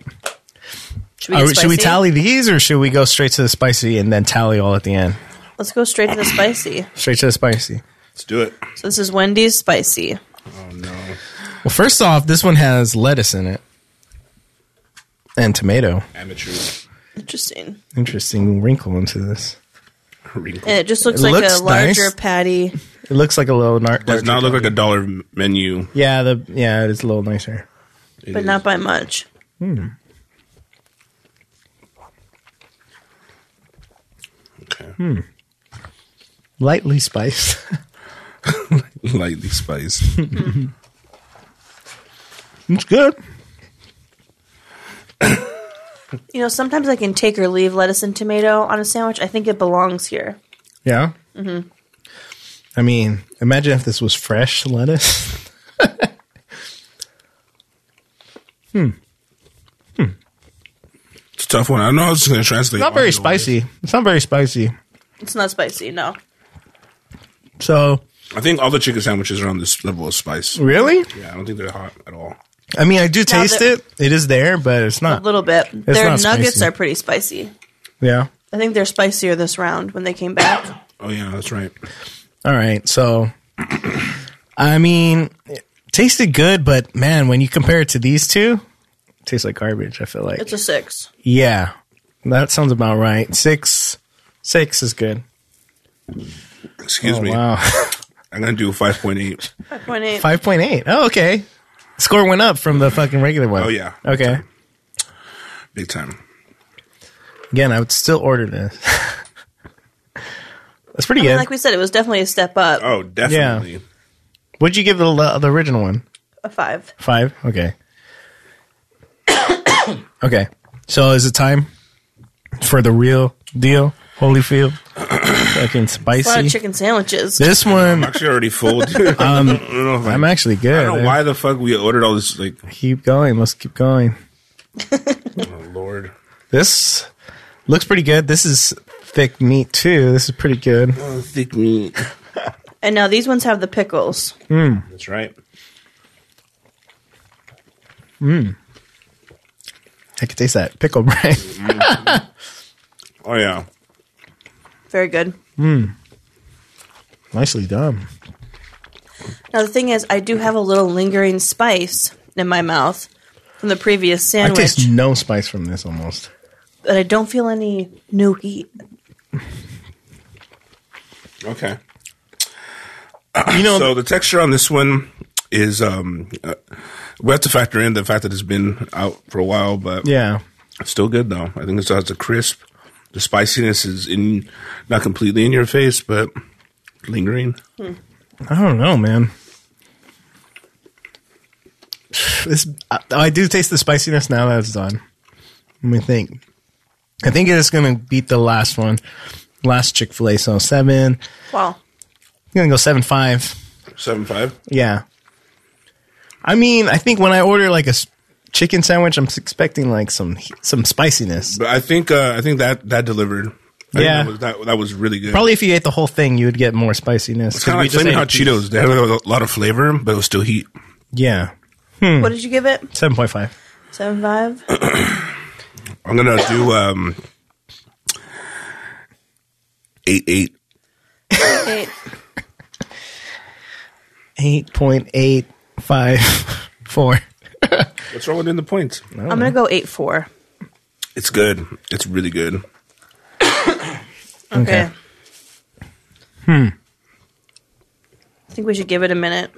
Speaker 3: Should we,
Speaker 2: Are
Speaker 3: get
Speaker 2: we- should we
Speaker 3: spicy?
Speaker 2: tally these or should we go straight to the spicy and then tally all at the end?
Speaker 3: Let's go straight to the spicy.
Speaker 2: Straight to the spicy.
Speaker 1: Let's do it.
Speaker 3: So this is Wendy's spicy.
Speaker 2: Well, first off, this one has lettuce in it and tomato.
Speaker 1: Amateur
Speaker 3: Interesting.
Speaker 2: Interesting wrinkle into this.
Speaker 1: wrinkle.
Speaker 3: And it just looks
Speaker 2: It
Speaker 3: like
Speaker 2: looks
Speaker 3: a larger
Speaker 2: nice.
Speaker 3: patty.
Speaker 2: It looks like a little nar-
Speaker 1: Does not look like a dollar menu.
Speaker 2: Yeah, the yeah, it's a little nicer.
Speaker 1: It
Speaker 3: but
Speaker 1: is-
Speaker 3: not by much.
Speaker 1: okay.
Speaker 2: Lightly spiced. [LAUGHS]
Speaker 1: lightly spiced.
Speaker 2: it's good.
Speaker 3: You know, sometimes I can take or leave lettuce and tomato on a sandwich. I think it belongs here.
Speaker 2: Yeah. Mm-hmm. I mean, imagine if this was fresh
Speaker 3: [LAUGHS]
Speaker 2: lettuce. hmm.
Speaker 1: It's a tough one. I don't know how it's going to translate.
Speaker 2: Not very
Speaker 1: audio-wise.
Speaker 2: spicy. It's not very spicy.
Speaker 3: It's not spicy, no.
Speaker 2: So
Speaker 1: I think all the chicken sandwiches are on this level of spice.
Speaker 2: really,
Speaker 1: Yeah, I don't think they're hot at all.
Speaker 2: I mean, I do
Speaker 3: Now
Speaker 2: taste
Speaker 3: the-
Speaker 2: it. It is there, but it's
Speaker 3: A
Speaker 2: not.
Speaker 3: little bit. Their
Speaker 2: not
Speaker 3: nuggets
Speaker 2: spicy.
Speaker 3: are pretty spicy.
Speaker 2: Yeah.
Speaker 3: I think they're spicier this round when they came back.
Speaker 1: Oh yeah, that's right.
Speaker 2: All right. So, I mean, it tasted good, but man, when you compare it to these two, it tastes like garbage. I feel like.
Speaker 3: It's a six.
Speaker 2: yeah, that sounds about right. Six, six is good.
Speaker 1: Excuse
Speaker 2: Oh,
Speaker 1: me.
Speaker 2: wow. [LAUGHS]
Speaker 1: I'm gonna do five point eight.
Speaker 3: 5.8.
Speaker 2: Five point eight. Oh, okay. Score went up from the fucking regular one.
Speaker 1: Oh, yeah.
Speaker 2: Okay.
Speaker 1: Big time.
Speaker 2: Again, I would still order this. [LAUGHS] That's pretty
Speaker 3: I mean,
Speaker 2: good.
Speaker 3: like we said, it was definitely a step up.
Speaker 1: Oh, definitely.
Speaker 2: What'd you give the le- the original one?
Speaker 3: A five.
Speaker 2: Five. Okay. [COUGHS] okay. So is it time for the real deal? Holyfield, [COUGHS] fucking
Speaker 3: A lot
Speaker 2: spicy.
Speaker 3: of chicken sandwiches.
Speaker 2: This
Speaker 1: I'm
Speaker 2: one,
Speaker 1: actually already full. dude.
Speaker 2: [LAUGHS]
Speaker 1: I don't know if I,
Speaker 2: Um, I'm actually good. Uh,
Speaker 1: I don't know why the fuck we ordered all this. Like,
Speaker 2: Keep going. Let's keep going.
Speaker 1: oh, Lord,
Speaker 2: This looks pretty good. This is thick meat too. This is pretty good.
Speaker 1: oh, thick meat.
Speaker 3: And now these ones have the pickles.
Speaker 1: That's right.
Speaker 2: I can taste that pickle brine.
Speaker 1: Oh yeah.
Speaker 3: Very good.
Speaker 2: [LAUGHS] Nicely done.
Speaker 3: Now the thing is, I do have a little lingering spice in my mouth from the previous
Speaker 2: I
Speaker 3: sandwich,
Speaker 2: taste no spice from this almost. [CLEARS THROAT]
Speaker 3: but I don't feel any new heat.
Speaker 1: Okay.
Speaker 2: You know,
Speaker 1: So the texture on this one is um, uh, we have to factor in the fact that it's been out for a while, but
Speaker 2: yeah.
Speaker 1: it's still good though. I think it still has a crisp. The spiciness is in not completely in your face, but lingering.
Speaker 2: I don't know, man. This I, I do taste the spiciness now that it's done. Let me think. I think it's gonna beat the last one, last Chick Fil A. So seven.
Speaker 3: Wow.
Speaker 2: I'm gonna go seven five.
Speaker 1: Seven five.
Speaker 2: Yeah. I mean, I think when I order like a s- chicken sandwich, I'm expecting like some some spiciness.
Speaker 1: But I think uh, I think that that delivered. I think
Speaker 2: Yeah.
Speaker 1: that was, that, that was really good.
Speaker 2: Probably if you ate the whole thing, you would get more spiciness.
Speaker 1: It's kind
Speaker 2: 'cause
Speaker 1: of
Speaker 2: we
Speaker 1: like
Speaker 2: just
Speaker 1: flaming
Speaker 2: ate
Speaker 1: hot
Speaker 2: a
Speaker 1: Cheetos.
Speaker 2: piece.
Speaker 1: They had a lot of flavor, but it was still heat.
Speaker 2: Yeah,
Speaker 3: What did you give it?
Speaker 2: seven point five.
Speaker 3: Seven five.
Speaker 1: I'm gonna do um eight eight.
Speaker 3: Eight.
Speaker 2: 8.854.
Speaker 1: What's wrong with in the points?
Speaker 3: I'm gonna go eight four.
Speaker 1: It's good. It's really good.
Speaker 3: Okay. Hmm. I think we should give it a minute.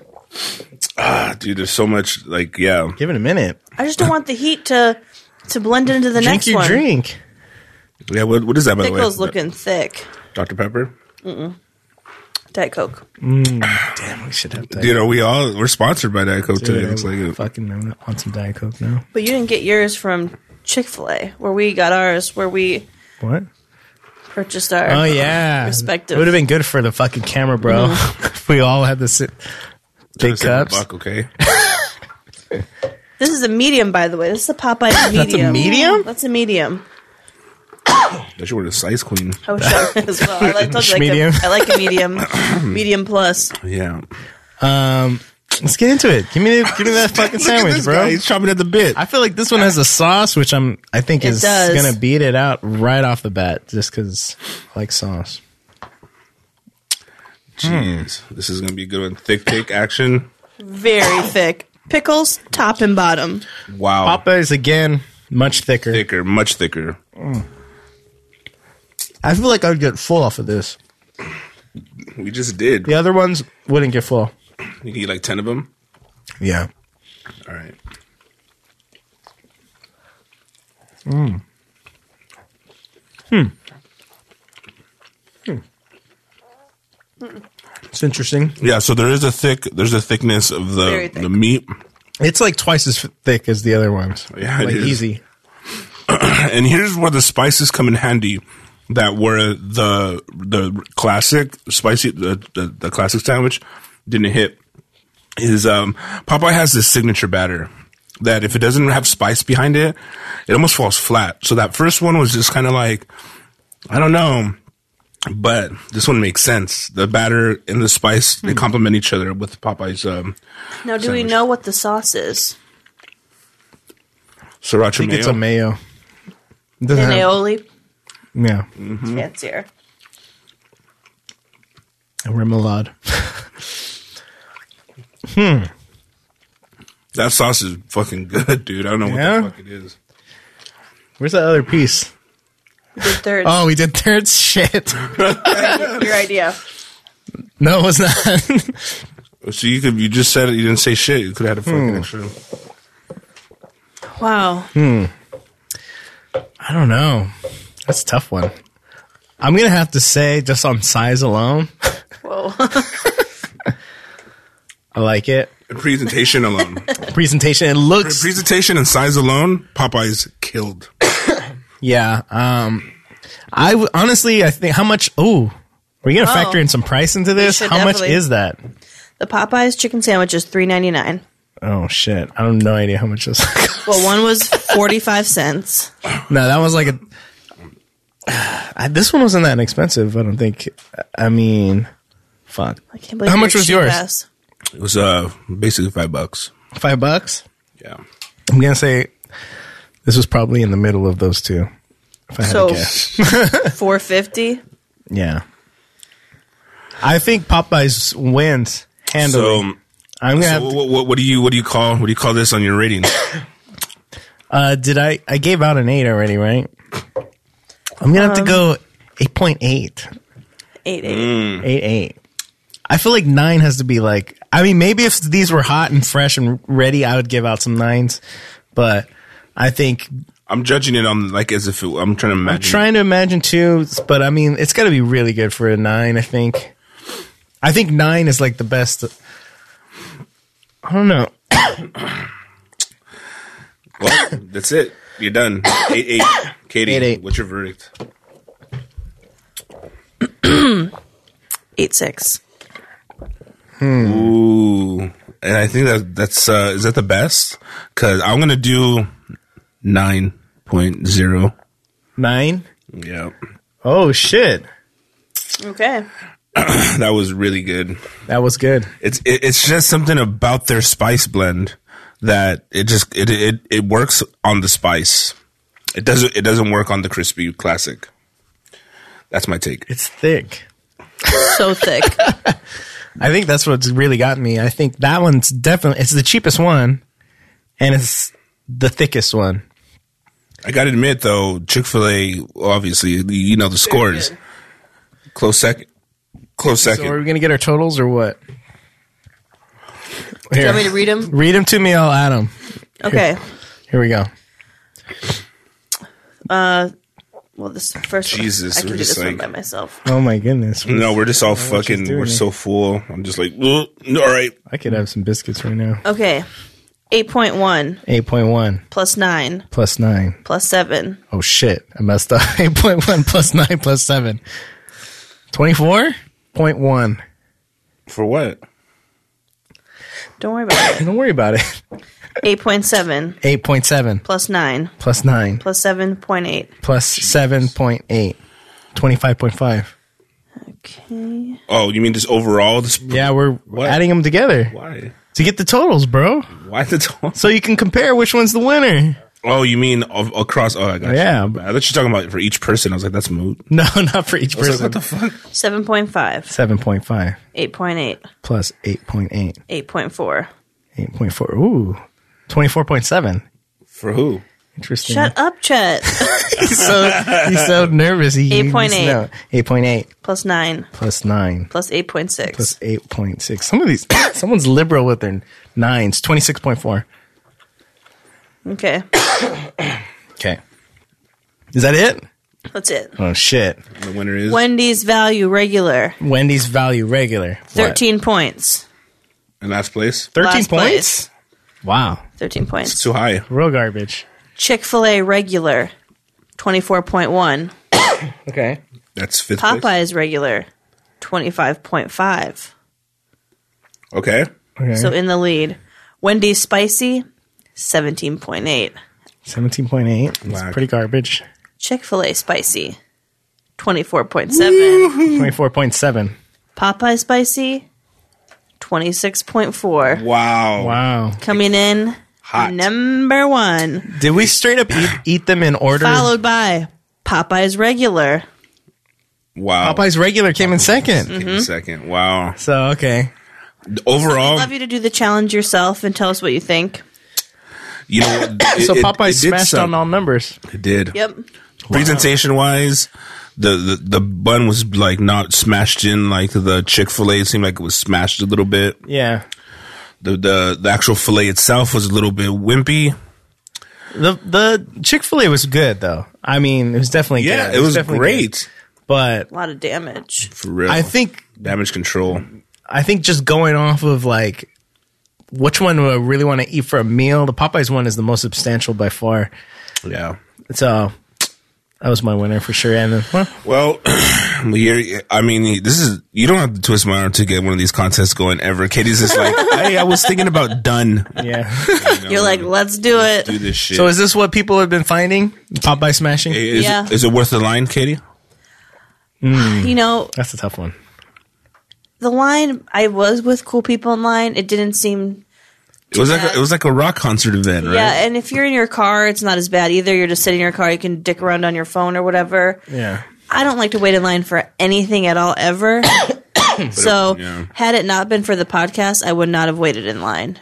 Speaker 1: Ah, dude, there's so much like yeah.
Speaker 2: Give it a minute.
Speaker 3: I just don't want the heat to to blend into the
Speaker 2: drink
Speaker 3: next
Speaker 2: your
Speaker 3: one.
Speaker 2: drink.
Speaker 1: Yeah, what, what is that by
Speaker 3: Pickles
Speaker 1: the way?
Speaker 3: looking thick.
Speaker 1: Dr. Pepper?
Speaker 3: Diet Coke.
Speaker 2: Damn, we should have Diet
Speaker 1: Dude, are we all we're sponsored by Diet Coke today. Looks like it.
Speaker 2: Fucking, I want some Diet Coke now.
Speaker 3: But you didn't get yours from Chick Fil A, where we got ours, where we
Speaker 2: What?
Speaker 3: purchased our.
Speaker 2: Oh, yeah.
Speaker 3: Respective. Mm.
Speaker 2: It would have been good for the fucking camera, bro. [LAUGHS] if we all had the si- big
Speaker 1: Just like a
Speaker 2: cups.
Speaker 1: buck, okay.
Speaker 3: This is a medium, by the way. This is a Popeye medium.
Speaker 2: a medium?
Speaker 3: That's a medium.
Speaker 1: That you were the size queen.
Speaker 3: I wish I was as well. I like, I told you,
Speaker 2: [COUGHS]
Speaker 3: like
Speaker 2: Medium.
Speaker 3: A, I like a medium, medium plus.
Speaker 1: Yeah.
Speaker 2: Um, Let's get into it. Give me the, give me that
Speaker 1: [LAUGHS] Look
Speaker 2: fucking
Speaker 1: at
Speaker 2: sandwich,
Speaker 1: this
Speaker 2: bro.
Speaker 1: guy, He's chomping at the bit.
Speaker 2: I feel like this one has a sauce, which I'm I think
Speaker 3: It
Speaker 2: is
Speaker 3: does.
Speaker 2: gonna beat it out right off the bat, just because I like sauce.
Speaker 1: Jeez, Hmm. this is gonna be a good one. Thick pick action.
Speaker 3: Very thick. Pickles, top and bottom.
Speaker 1: Wow,
Speaker 2: Popeyes again, much thicker.
Speaker 1: thicker, much thicker.
Speaker 2: I feel like I'd get full off of this.
Speaker 1: We just did.
Speaker 2: The other ones wouldn't get full.
Speaker 1: You can eat like ten of them.
Speaker 2: Yeah.
Speaker 1: All right.
Speaker 2: It's interesting.
Speaker 1: Yeah. So there is a thick. There's a thickness of
Speaker 3: Very
Speaker 1: the
Speaker 3: thick.
Speaker 1: the meat,
Speaker 2: It's like twice as thick as the other ones.
Speaker 1: Yeah, it
Speaker 2: like
Speaker 1: is.
Speaker 2: easy.
Speaker 1: and here's where the spices come in handy. That were the the classic spicy the the, the classic sandwich didn't hit. Is um Popeye has this signature batter that if it doesn't have spice behind it, it almost falls flat. So that first one was just kind of like I don't know. But this one makes sense. The batter and the spice they complement each other with Popeye's um,
Speaker 3: Now, do we
Speaker 1: Sandwich.
Speaker 3: know what the sauce is?
Speaker 1: sriracha
Speaker 2: I think
Speaker 1: mayo.
Speaker 2: it's a mayo. It
Speaker 3: An
Speaker 2: doesn't have-
Speaker 3: aioli?
Speaker 2: yeah.
Speaker 3: It's fancier.
Speaker 2: A remoulade.
Speaker 1: that sauce is fucking good, dude. I don't know
Speaker 2: Yeah?
Speaker 1: what the fuck it is.
Speaker 2: Where's that other piece?
Speaker 3: You did third.
Speaker 2: Oh, we did third [LAUGHS] shit.
Speaker 3: Your idea.
Speaker 2: No, it was not. [LAUGHS]
Speaker 1: So you could you just said it. You didn't say shit. You could have had a fucking
Speaker 2: Hmm.
Speaker 1: extra.
Speaker 3: Wow.
Speaker 2: I don't know. That's a tough one. I'm gonna have to say, just on size alone,
Speaker 3: Whoa. [LAUGHS]
Speaker 2: I like it.
Speaker 1: And presentation alone, [LAUGHS]
Speaker 2: Presentation, it looks,
Speaker 1: presentation and size alone, Popeye's killed.
Speaker 2: yeah. Um, I w- honestly, I think how much? Oh, are you gonna
Speaker 3: Oh.
Speaker 2: factor in some price into this?
Speaker 3: should
Speaker 2: How much
Speaker 3: definitely.
Speaker 2: is that?
Speaker 3: the Popeyes chicken sandwich is three ninety nine.
Speaker 2: Oh shit, I have no idea how much this.
Speaker 3: Well, one was forty five cents.
Speaker 2: [LAUGHS] no, that was like a. [SIGHS] I, this one wasn't that expensive. I don't think. I mean, fuck,
Speaker 3: I can't believe
Speaker 2: How
Speaker 3: you're
Speaker 2: much was
Speaker 3: cheap
Speaker 2: yours?
Speaker 3: ass.
Speaker 1: It was uh basically five bucks.
Speaker 2: five bucks.
Speaker 1: Yeah,
Speaker 2: I'm gonna say this was probably in the middle of those two. If I had
Speaker 3: So-
Speaker 2: to guess.
Speaker 3: Four fifty.
Speaker 2: Yeah. I think Popeyes wins handily.
Speaker 1: So,
Speaker 2: I'm gonna.
Speaker 1: so
Speaker 2: Have to-
Speaker 1: what, what, what do you what do you call what do you call this on your rating?
Speaker 2: uh, did I? I gave out an eight already, right? I'm gonna have to go eight point eight,
Speaker 3: Eight eight.
Speaker 2: eight eight. I feel like nine has to be like. I mean, maybe if these were hot and fresh and ready, I would give out some nines. But I think
Speaker 1: [COUGHS] I'm judging it on like as if it, I'm trying to imagine.
Speaker 2: I'm trying to imagine two, but I mean, it's got to be really good for a nine. I think. I think nine is like the best. I don't know.
Speaker 1: Well, that's it. You're
Speaker 2: [COUGHS]
Speaker 1: done. Eight eight. Katie,
Speaker 2: Eight, eight.
Speaker 1: what's your verdict?
Speaker 3: Eight six.
Speaker 1: Ooh, and I think that that's uh, is that the best? Because I'm gonna do nine point zero.
Speaker 2: Nine.
Speaker 1: Yeah,
Speaker 2: Oh shit.
Speaker 3: Okay.
Speaker 1: that was really good.
Speaker 2: That was good.
Speaker 1: It's it, it's just something about their spice blend that it just it it it works on the spice. It doesn't it doesn't work on the crispy classic. That's my take.
Speaker 2: It's thick.
Speaker 3: So thick.
Speaker 2: I think that's what's really got me. I think that one's definitely it's the cheapest one and it's the thickest one.
Speaker 1: I gotta admit though, Chick Fil A obviously you know the scores. Close second. Close
Speaker 2: So are
Speaker 1: second.
Speaker 2: we going to get our totals or what?
Speaker 3: Do you
Speaker 2: Here.
Speaker 3: want me to read them?
Speaker 2: Read them to me, I'll add them.
Speaker 3: Okay.
Speaker 2: Here we go.
Speaker 3: [LAUGHS] Well, this first. one-
Speaker 1: Jesus,
Speaker 3: I can
Speaker 1: we're
Speaker 3: do
Speaker 1: just
Speaker 3: this one
Speaker 1: like-
Speaker 3: by myself.
Speaker 2: Oh my goodness.
Speaker 1: No, we're just all fucking.
Speaker 2: doing
Speaker 1: We're
Speaker 2: it.
Speaker 1: so full. I'm just like, "Ugh, all right.
Speaker 2: I could have some biscuits right now.
Speaker 3: Okay. Eight point one
Speaker 2: 8.1
Speaker 3: plus nine
Speaker 2: plus 9.
Speaker 3: plus seven.
Speaker 2: Oh shit. I messed up. [LAUGHS] 8.1 plus 9 plus 7. 24.1.
Speaker 1: For what?
Speaker 3: Don't worry about it.
Speaker 2: Don't worry about it.
Speaker 3: Eight point seven
Speaker 2: 8.7
Speaker 3: plus nine
Speaker 2: plus 9
Speaker 3: plus seven point eight.
Speaker 2: plus 7.8 25.5
Speaker 3: Okay.
Speaker 1: Oh, you mean just overall? This
Speaker 2: yeah we're
Speaker 1: What?
Speaker 2: adding them together
Speaker 1: why?
Speaker 2: to get the totals, bro.
Speaker 1: Why the [LAUGHS] total?
Speaker 2: So you can compare which one's the winner. [LAUGHS]
Speaker 1: Oh, you mean of, across? Oh, I got
Speaker 2: Yeah.
Speaker 1: you. I thought you were talking about for each person. I was like, that's moot.
Speaker 2: No, not for each
Speaker 1: I was like,
Speaker 2: person.
Speaker 1: what the fuck?
Speaker 3: 7.5,
Speaker 2: 7.5
Speaker 3: 8.8,
Speaker 2: plus 8.8,
Speaker 3: 8.4.
Speaker 2: 8.4. Ooh, 24.7.
Speaker 1: For who?
Speaker 2: Interesting.
Speaker 3: Shut up,
Speaker 2: [LAUGHS]
Speaker 3: Chet. [LAUGHS]
Speaker 2: he's, so, he's [LAUGHS] so nervous. He,
Speaker 3: 8.8.
Speaker 2: no, 8.8
Speaker 3: plus 9,
Speaker 2: plus 9
Speaker 3: plus 8.6.
Speaker 2: plus 8.6. Some of these, [CLEARS THROAT] someone's liberal with their nines. 26.4.
Speaker 3: okay,
Speaker 2: Okay. Is that it?
Speaker 3: that's it.
Speaker 2: Oh, shit.
Speaker 1: The winner is.
Speaker 3: Wendy's value regular,
Speaker 2: Wendy's value regular. What?
Speaker 3: 13 points.
Speaker 1: in last place.
Speaker 2: 13 points?
Speaker 3: Last place.
Speaker 2: Wow.
Speaker 3: 13 points.
Speaker 1: It's too high.
Speaker 2: Real garbage.
Speaker 3: Chick fil A regular, 24.1.
Speaker 2: Okay.
Speaker 1: That's fifth place.
Speaker 3: Popeye's regular, 25.5.
Speaker 1: Okay.
Speaker 2: okay.
Speaker 3: So in the lead. Wendy's spicy, 17.8.
Speaker 2: 17.8. It's
Speaker 1: Whack.
Speaker 2: pretty garbage.
Speaker 3: Chick fil A spicy, 24.7.
Speaker 2: 24.7.
Speaker 3: Popeye spicy, 26.4.
Speaker 1: Wow.
Speaker 2: Wow.
Speaker 3: Coming in
Speaker 1: Hot.
Speaker 3: number one,
Speaker 2: Did we straight up eat, eat them in order?
Speaker 3: followed by Popeye's regular.
Speaker 1: wow.
Speaker 2: Popeye's regular came in 2nd
Speaker 3: Mm-hmm.
Speaker 1: Give me a Second. Wow.
Speaker 2: So, okay.
Speaker 1: Overall,
Speaker 3: I'd love you to do the challenge yourself and tell us what you think.
Speaker 1: you know,
Speaker 2: [LAUGHS]
Speaker 1: it-
Speaker 2: So
Speaker 1: it-
Speaker 2: Popeye
Speaker 1: it did
Speaker 2: smashed on
Speaker 1: some-
Speaker 2: all numbers.
Speaker 1: It did.
Speaker 3: Yep.
Speaker 1: Presentation wise, the, the the bun was like not smashed in like the Chick Fil A. It seemed like it was smashed a little bit.
Speaker 2: Yeah.
Speaker 1: The the, the actual fillet itself was a little bit wimpy.
Speaker 2: The the Chick fil A was good, though. I mean, it was definitely
Speaker 1: Yeah,
Speaker 2: good.
Speaker 1: it was
Speaker 2: definitely good.
Speaker 1: great
Speaker 2: But
Speaker 3: A lot of damage.
Speaker 1: for real.
Speaker 2: I think
Speaker 1: damage control.
Speaker 2: I think just going off of like which one do I really want to eat for a meal, the Popeyes one is the most substantial by far.
Speaker 1: Yeah.
Speaker 2: So that was my winner for sure. And then, well,
Speaker 1: Well, [CLEARS THROAT] you're, I mean, this is you don't have to twist my arm to get one of these contests going ever. Katie's just like, hey, I was thinking about done.
Speaker 2: Oh, yeah. [LAUGHS]
Speaker 3: You're like, let's do it.
Speaker 1: do this shit.
Speaker 2: so is this what people have been finding? Popeye smashing?
Speaker 1: is,
Speaker 3: Yeah.
Speaker 1: is it worth the line, Katie?
Speaker 3: You know,
Speaker 2: That's a tough one.
Speaker 3: the line I was with cool people in line. It didn't seem
Speaker 1: It was like a, it was like a rock concert event, right?
Speaker 3: yeah. And if you're in your car, it's not as bad either. You're just sitting in your car. You can dick around on your phone or whatever.
Speaker 2: Yeah.
Speaker 3: I don't like to wait in line for anything at all
Speaker 2: [COUGHS]
Speaker 3: ever. [COUGHS] so
Speaker 1: yeah.
Speaker 3: had it not been for the podcast, I would not have waited in line,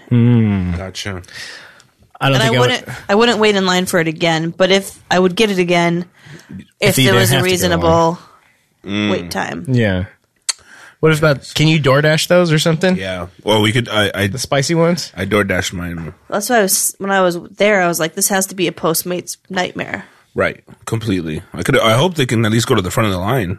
Speaker 1: Gotcha.
Speaker 2: I don't
Speaker 3: and I
Speaker 2: think I,
Speaker 3: wouldn't.
Speaker 2: would.
Speaker 3: I wouldn't wait in line for it again. But if I would get it again, if,
Speaker 2: you
Speaker 3: there
Speaker 2: didn't
Speaker 3: was
Speaker 2: have
Speaker 3: a
Speaker 2: to go
Speaker 3: reasonable wait time.
Speaker 2: Yeah. What about, can you DoorDash those or something?
Speaker 1: Yeah. Well, we could. I I,
Speaker 2: The spicy ones?
Speaker 1: I door dashed mine.
Speaker 3: That's why I was when I was there. I was like, this has to be a Postmates nightmare.
Speaker 1: Right. Completely. I could. I hope they can at least go to the front of the line.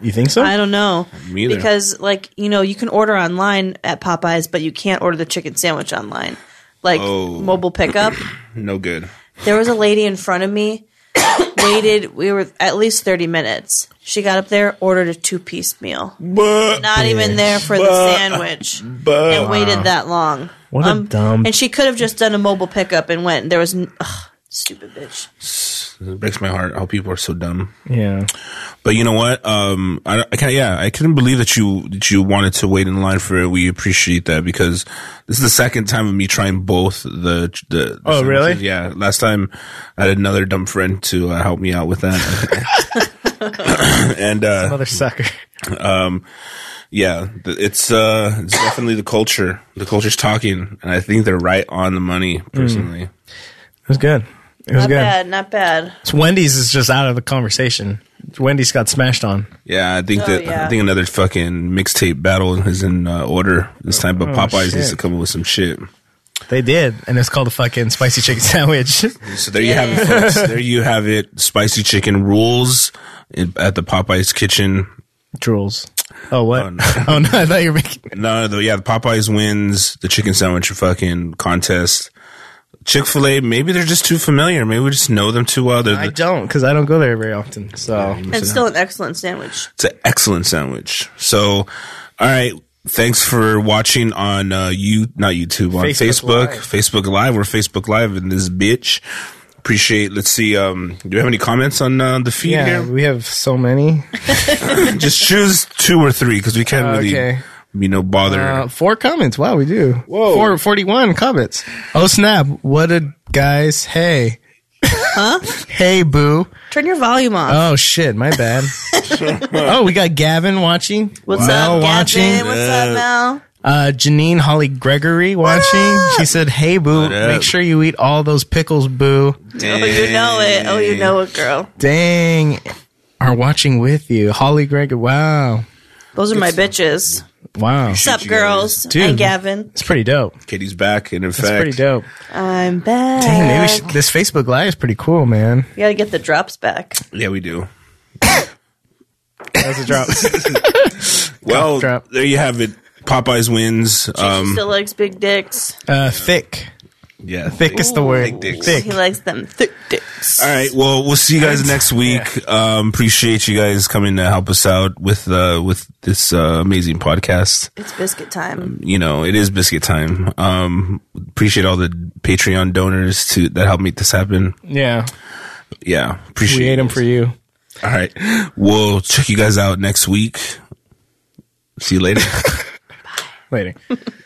Speaker 2: You think
Speaker 1: [LAUGHS]
Speaker 2: so?
Speaker 3: I don't know.
Speaker 1: Me either.
Speaker 3: Because like, you know, you can order online at Popeyes, but you can't order the chicken sandwich online. Like
Speaker 1: Oh. [CLEARS THROAT]
Speaker 3: mobile pickup.
Speaker 1: No good.
Speaker 3: there was a lady in front of me [COUGHS] waited we were at least 30 minutes. She got up there, ordered a two-piece meal.
Speaker 1: But
Speaker 3: Not even there for the sandwich. And waited that long. Um,
Speaker 2: What a dumb-
Speaker 3: And she could have just done a mobile pickup and went. There was n- ugh, stupid bitch.
Speaker 1: it breaks my heart how people are so dumb.
Speaker 2: yeah.
Speaker 1: But you know what? Um, I, I can't. Yeah, I couldn't believe that you that you wanted to wait in line for it. We appreciate that because this is the second time of me trying both the the. the
Speaker 2: Oh,
Speaker 1: sandwiches.
Speaker 2: really?
Speaker 1: Yeah. Last time, I had another dumb friend to uh, help me out with that. [LAUGHS] and uh,
Speaker 2: Mother sucker.
Speaker 1: yeah, th- it's uh, it's definitely the culture. The culture's talking, and I think they're right on the money.
Speaker 2: Hmm.
Speaker 1: Personally,
Speaker 2: It was good. It was
Speaker 3: Not
Speaker 2: good.
Speaker 3: bad, not bad.
Speaker 2: It's Wendy's is just out of the conversation. Wendy's got smashed on.
Speaker 1: yeah, I think
Speaker 3: Oh,
Speaker 1: that
Speaker 3: yeah.
Speaker 1: I think another fucking mixtape battle is in uh, order this time. But Popeyes needs
Speaker 2: Oh, shit.
Speaker 1: to come up with some shit.
Speaker 2: They did, and it's called a fucking spicy chicken [LAUGHS] sandwich.
Speaker 1: So there you have it. folks. there you have it. Spicy chicken rules in, at the Popeyes kitchen.
Speaker 2: Drools. Oh what? [LAUGHS] Oh no.
Speaker 1: no.
Speaker 2: I thought you were making.
Speaker 1: No, the, yeah, the Popeyes wins the chicken sandwich fucking contest. Chick Fil A, maybe they're just too familiar. Maybe we just know them too well. They're
Speaker 2: I
Speaker 1: the,
Speaker 2: don't because I don't go there very often. So
Speaker 3: And still an excellent sandwich.
Speaker 1: it's an excellent sandwich. So, all right. Thanks for watching on uh, you, not YouTube, on
Speaker 2: Facebook
Speaker 1: Facebook, Facebook, Live. We're Facebook Live in this bitch. Appreciate. Let's see. Um, do you have any comments on uh, the feed
Speaker 2: yeah,
Speaker 1: here?
Speaker 2: we have so many.
Speaker 1: just choose two or three because we can't really
Speaker 2: Uh, Okay.
Speaker 1: Be no bother.
Speaker 2: Uh, four comments. Wow, we do.
Speaker 1: Whoa.
Speaker 2: Four, 41 comments. Oh, snap. What a guys. Hey. Huh? [LAUGHS] hey, boo.
Speaker 3: Turn your volume off.
Speaker 2: Oh, shit. My
Speaker 1: [LAUGHS]
Speaker 2: bad. oh, we got Gavin watching.
Speaker 3: What's
Speaker 2: Mel
Speaker 3: up, Gavin?
Speaker 2: watching.
Speaker 3: What's up, Mel?
Speaker 2: Uh, Janine Holly Gregory watching. She said, hey, boo,
Speaker 1: What up?
Speaker 2: make sure you eat all those pickles, boo.
Speaker 3: Oh, you know it. Oh, you know it, girl.
Speaker 2: Dang. Are watching with you. Holly Gregory. Wow.
Speaker 3: Those are my bitches.
Speaker 2: Wow.
Speaker 3: What's up,
Speaker 1: you
Speaker 3: girls?
Speaker 2: Dude.
Speaker 3: And Gavin.
Speaker 2: It's pretty dope.
Speaker 1: Katie's back, and in
Speaker 2: It's
Speaker 1: fact,
Speaker 2: pretty dope.
Speaker 3: I'm back.
Speaker 2: Dang, maybe we should, this Facebook Live is pretty cool, man.
Speaker 3: You gotta get the drops back.
Speaker 1: yeah, we do.
Speaker 2: That's a drop.
Speaker 1: Well,
Speaker 2: drop.
Speaker 1: there you have it. Popeyes wins.
Speaker 3: she
Speaker 1: Um,
Speaker 3: still likes big dicks.
Speaker 2: [LAUGHS] uh, thick.
Speaker 1: yeah,
Speaker 2: Thick is the
Speaker 1: Thick
Speaker 2: word.
Speaker 1: dicks.
Speaker 2: Thick.
Speaker 3: He likes them thick dicks.
Speaker 1: All right. Well, we'll see you guys next week. Um, appreciate you guys coming to help us out with uh, with this uh, amazing podcast.
Speaker 3: It's biscuit time.
Speaker 1: You know, it is biscuit time. Um, appreciate all the Patreon donors to that help make this happen.
Speaker 2: Yeah.
Speaker 1: Yeah, appreciate.
Speaker 2: We ate them
Speaker 1: it.
Speaker 2: for you.
Speaker 1: All right. We'll
Speaker 2: [LAUGHS]
Speaker 1: check you guys out next week. See you later.
Speaker 2: Later.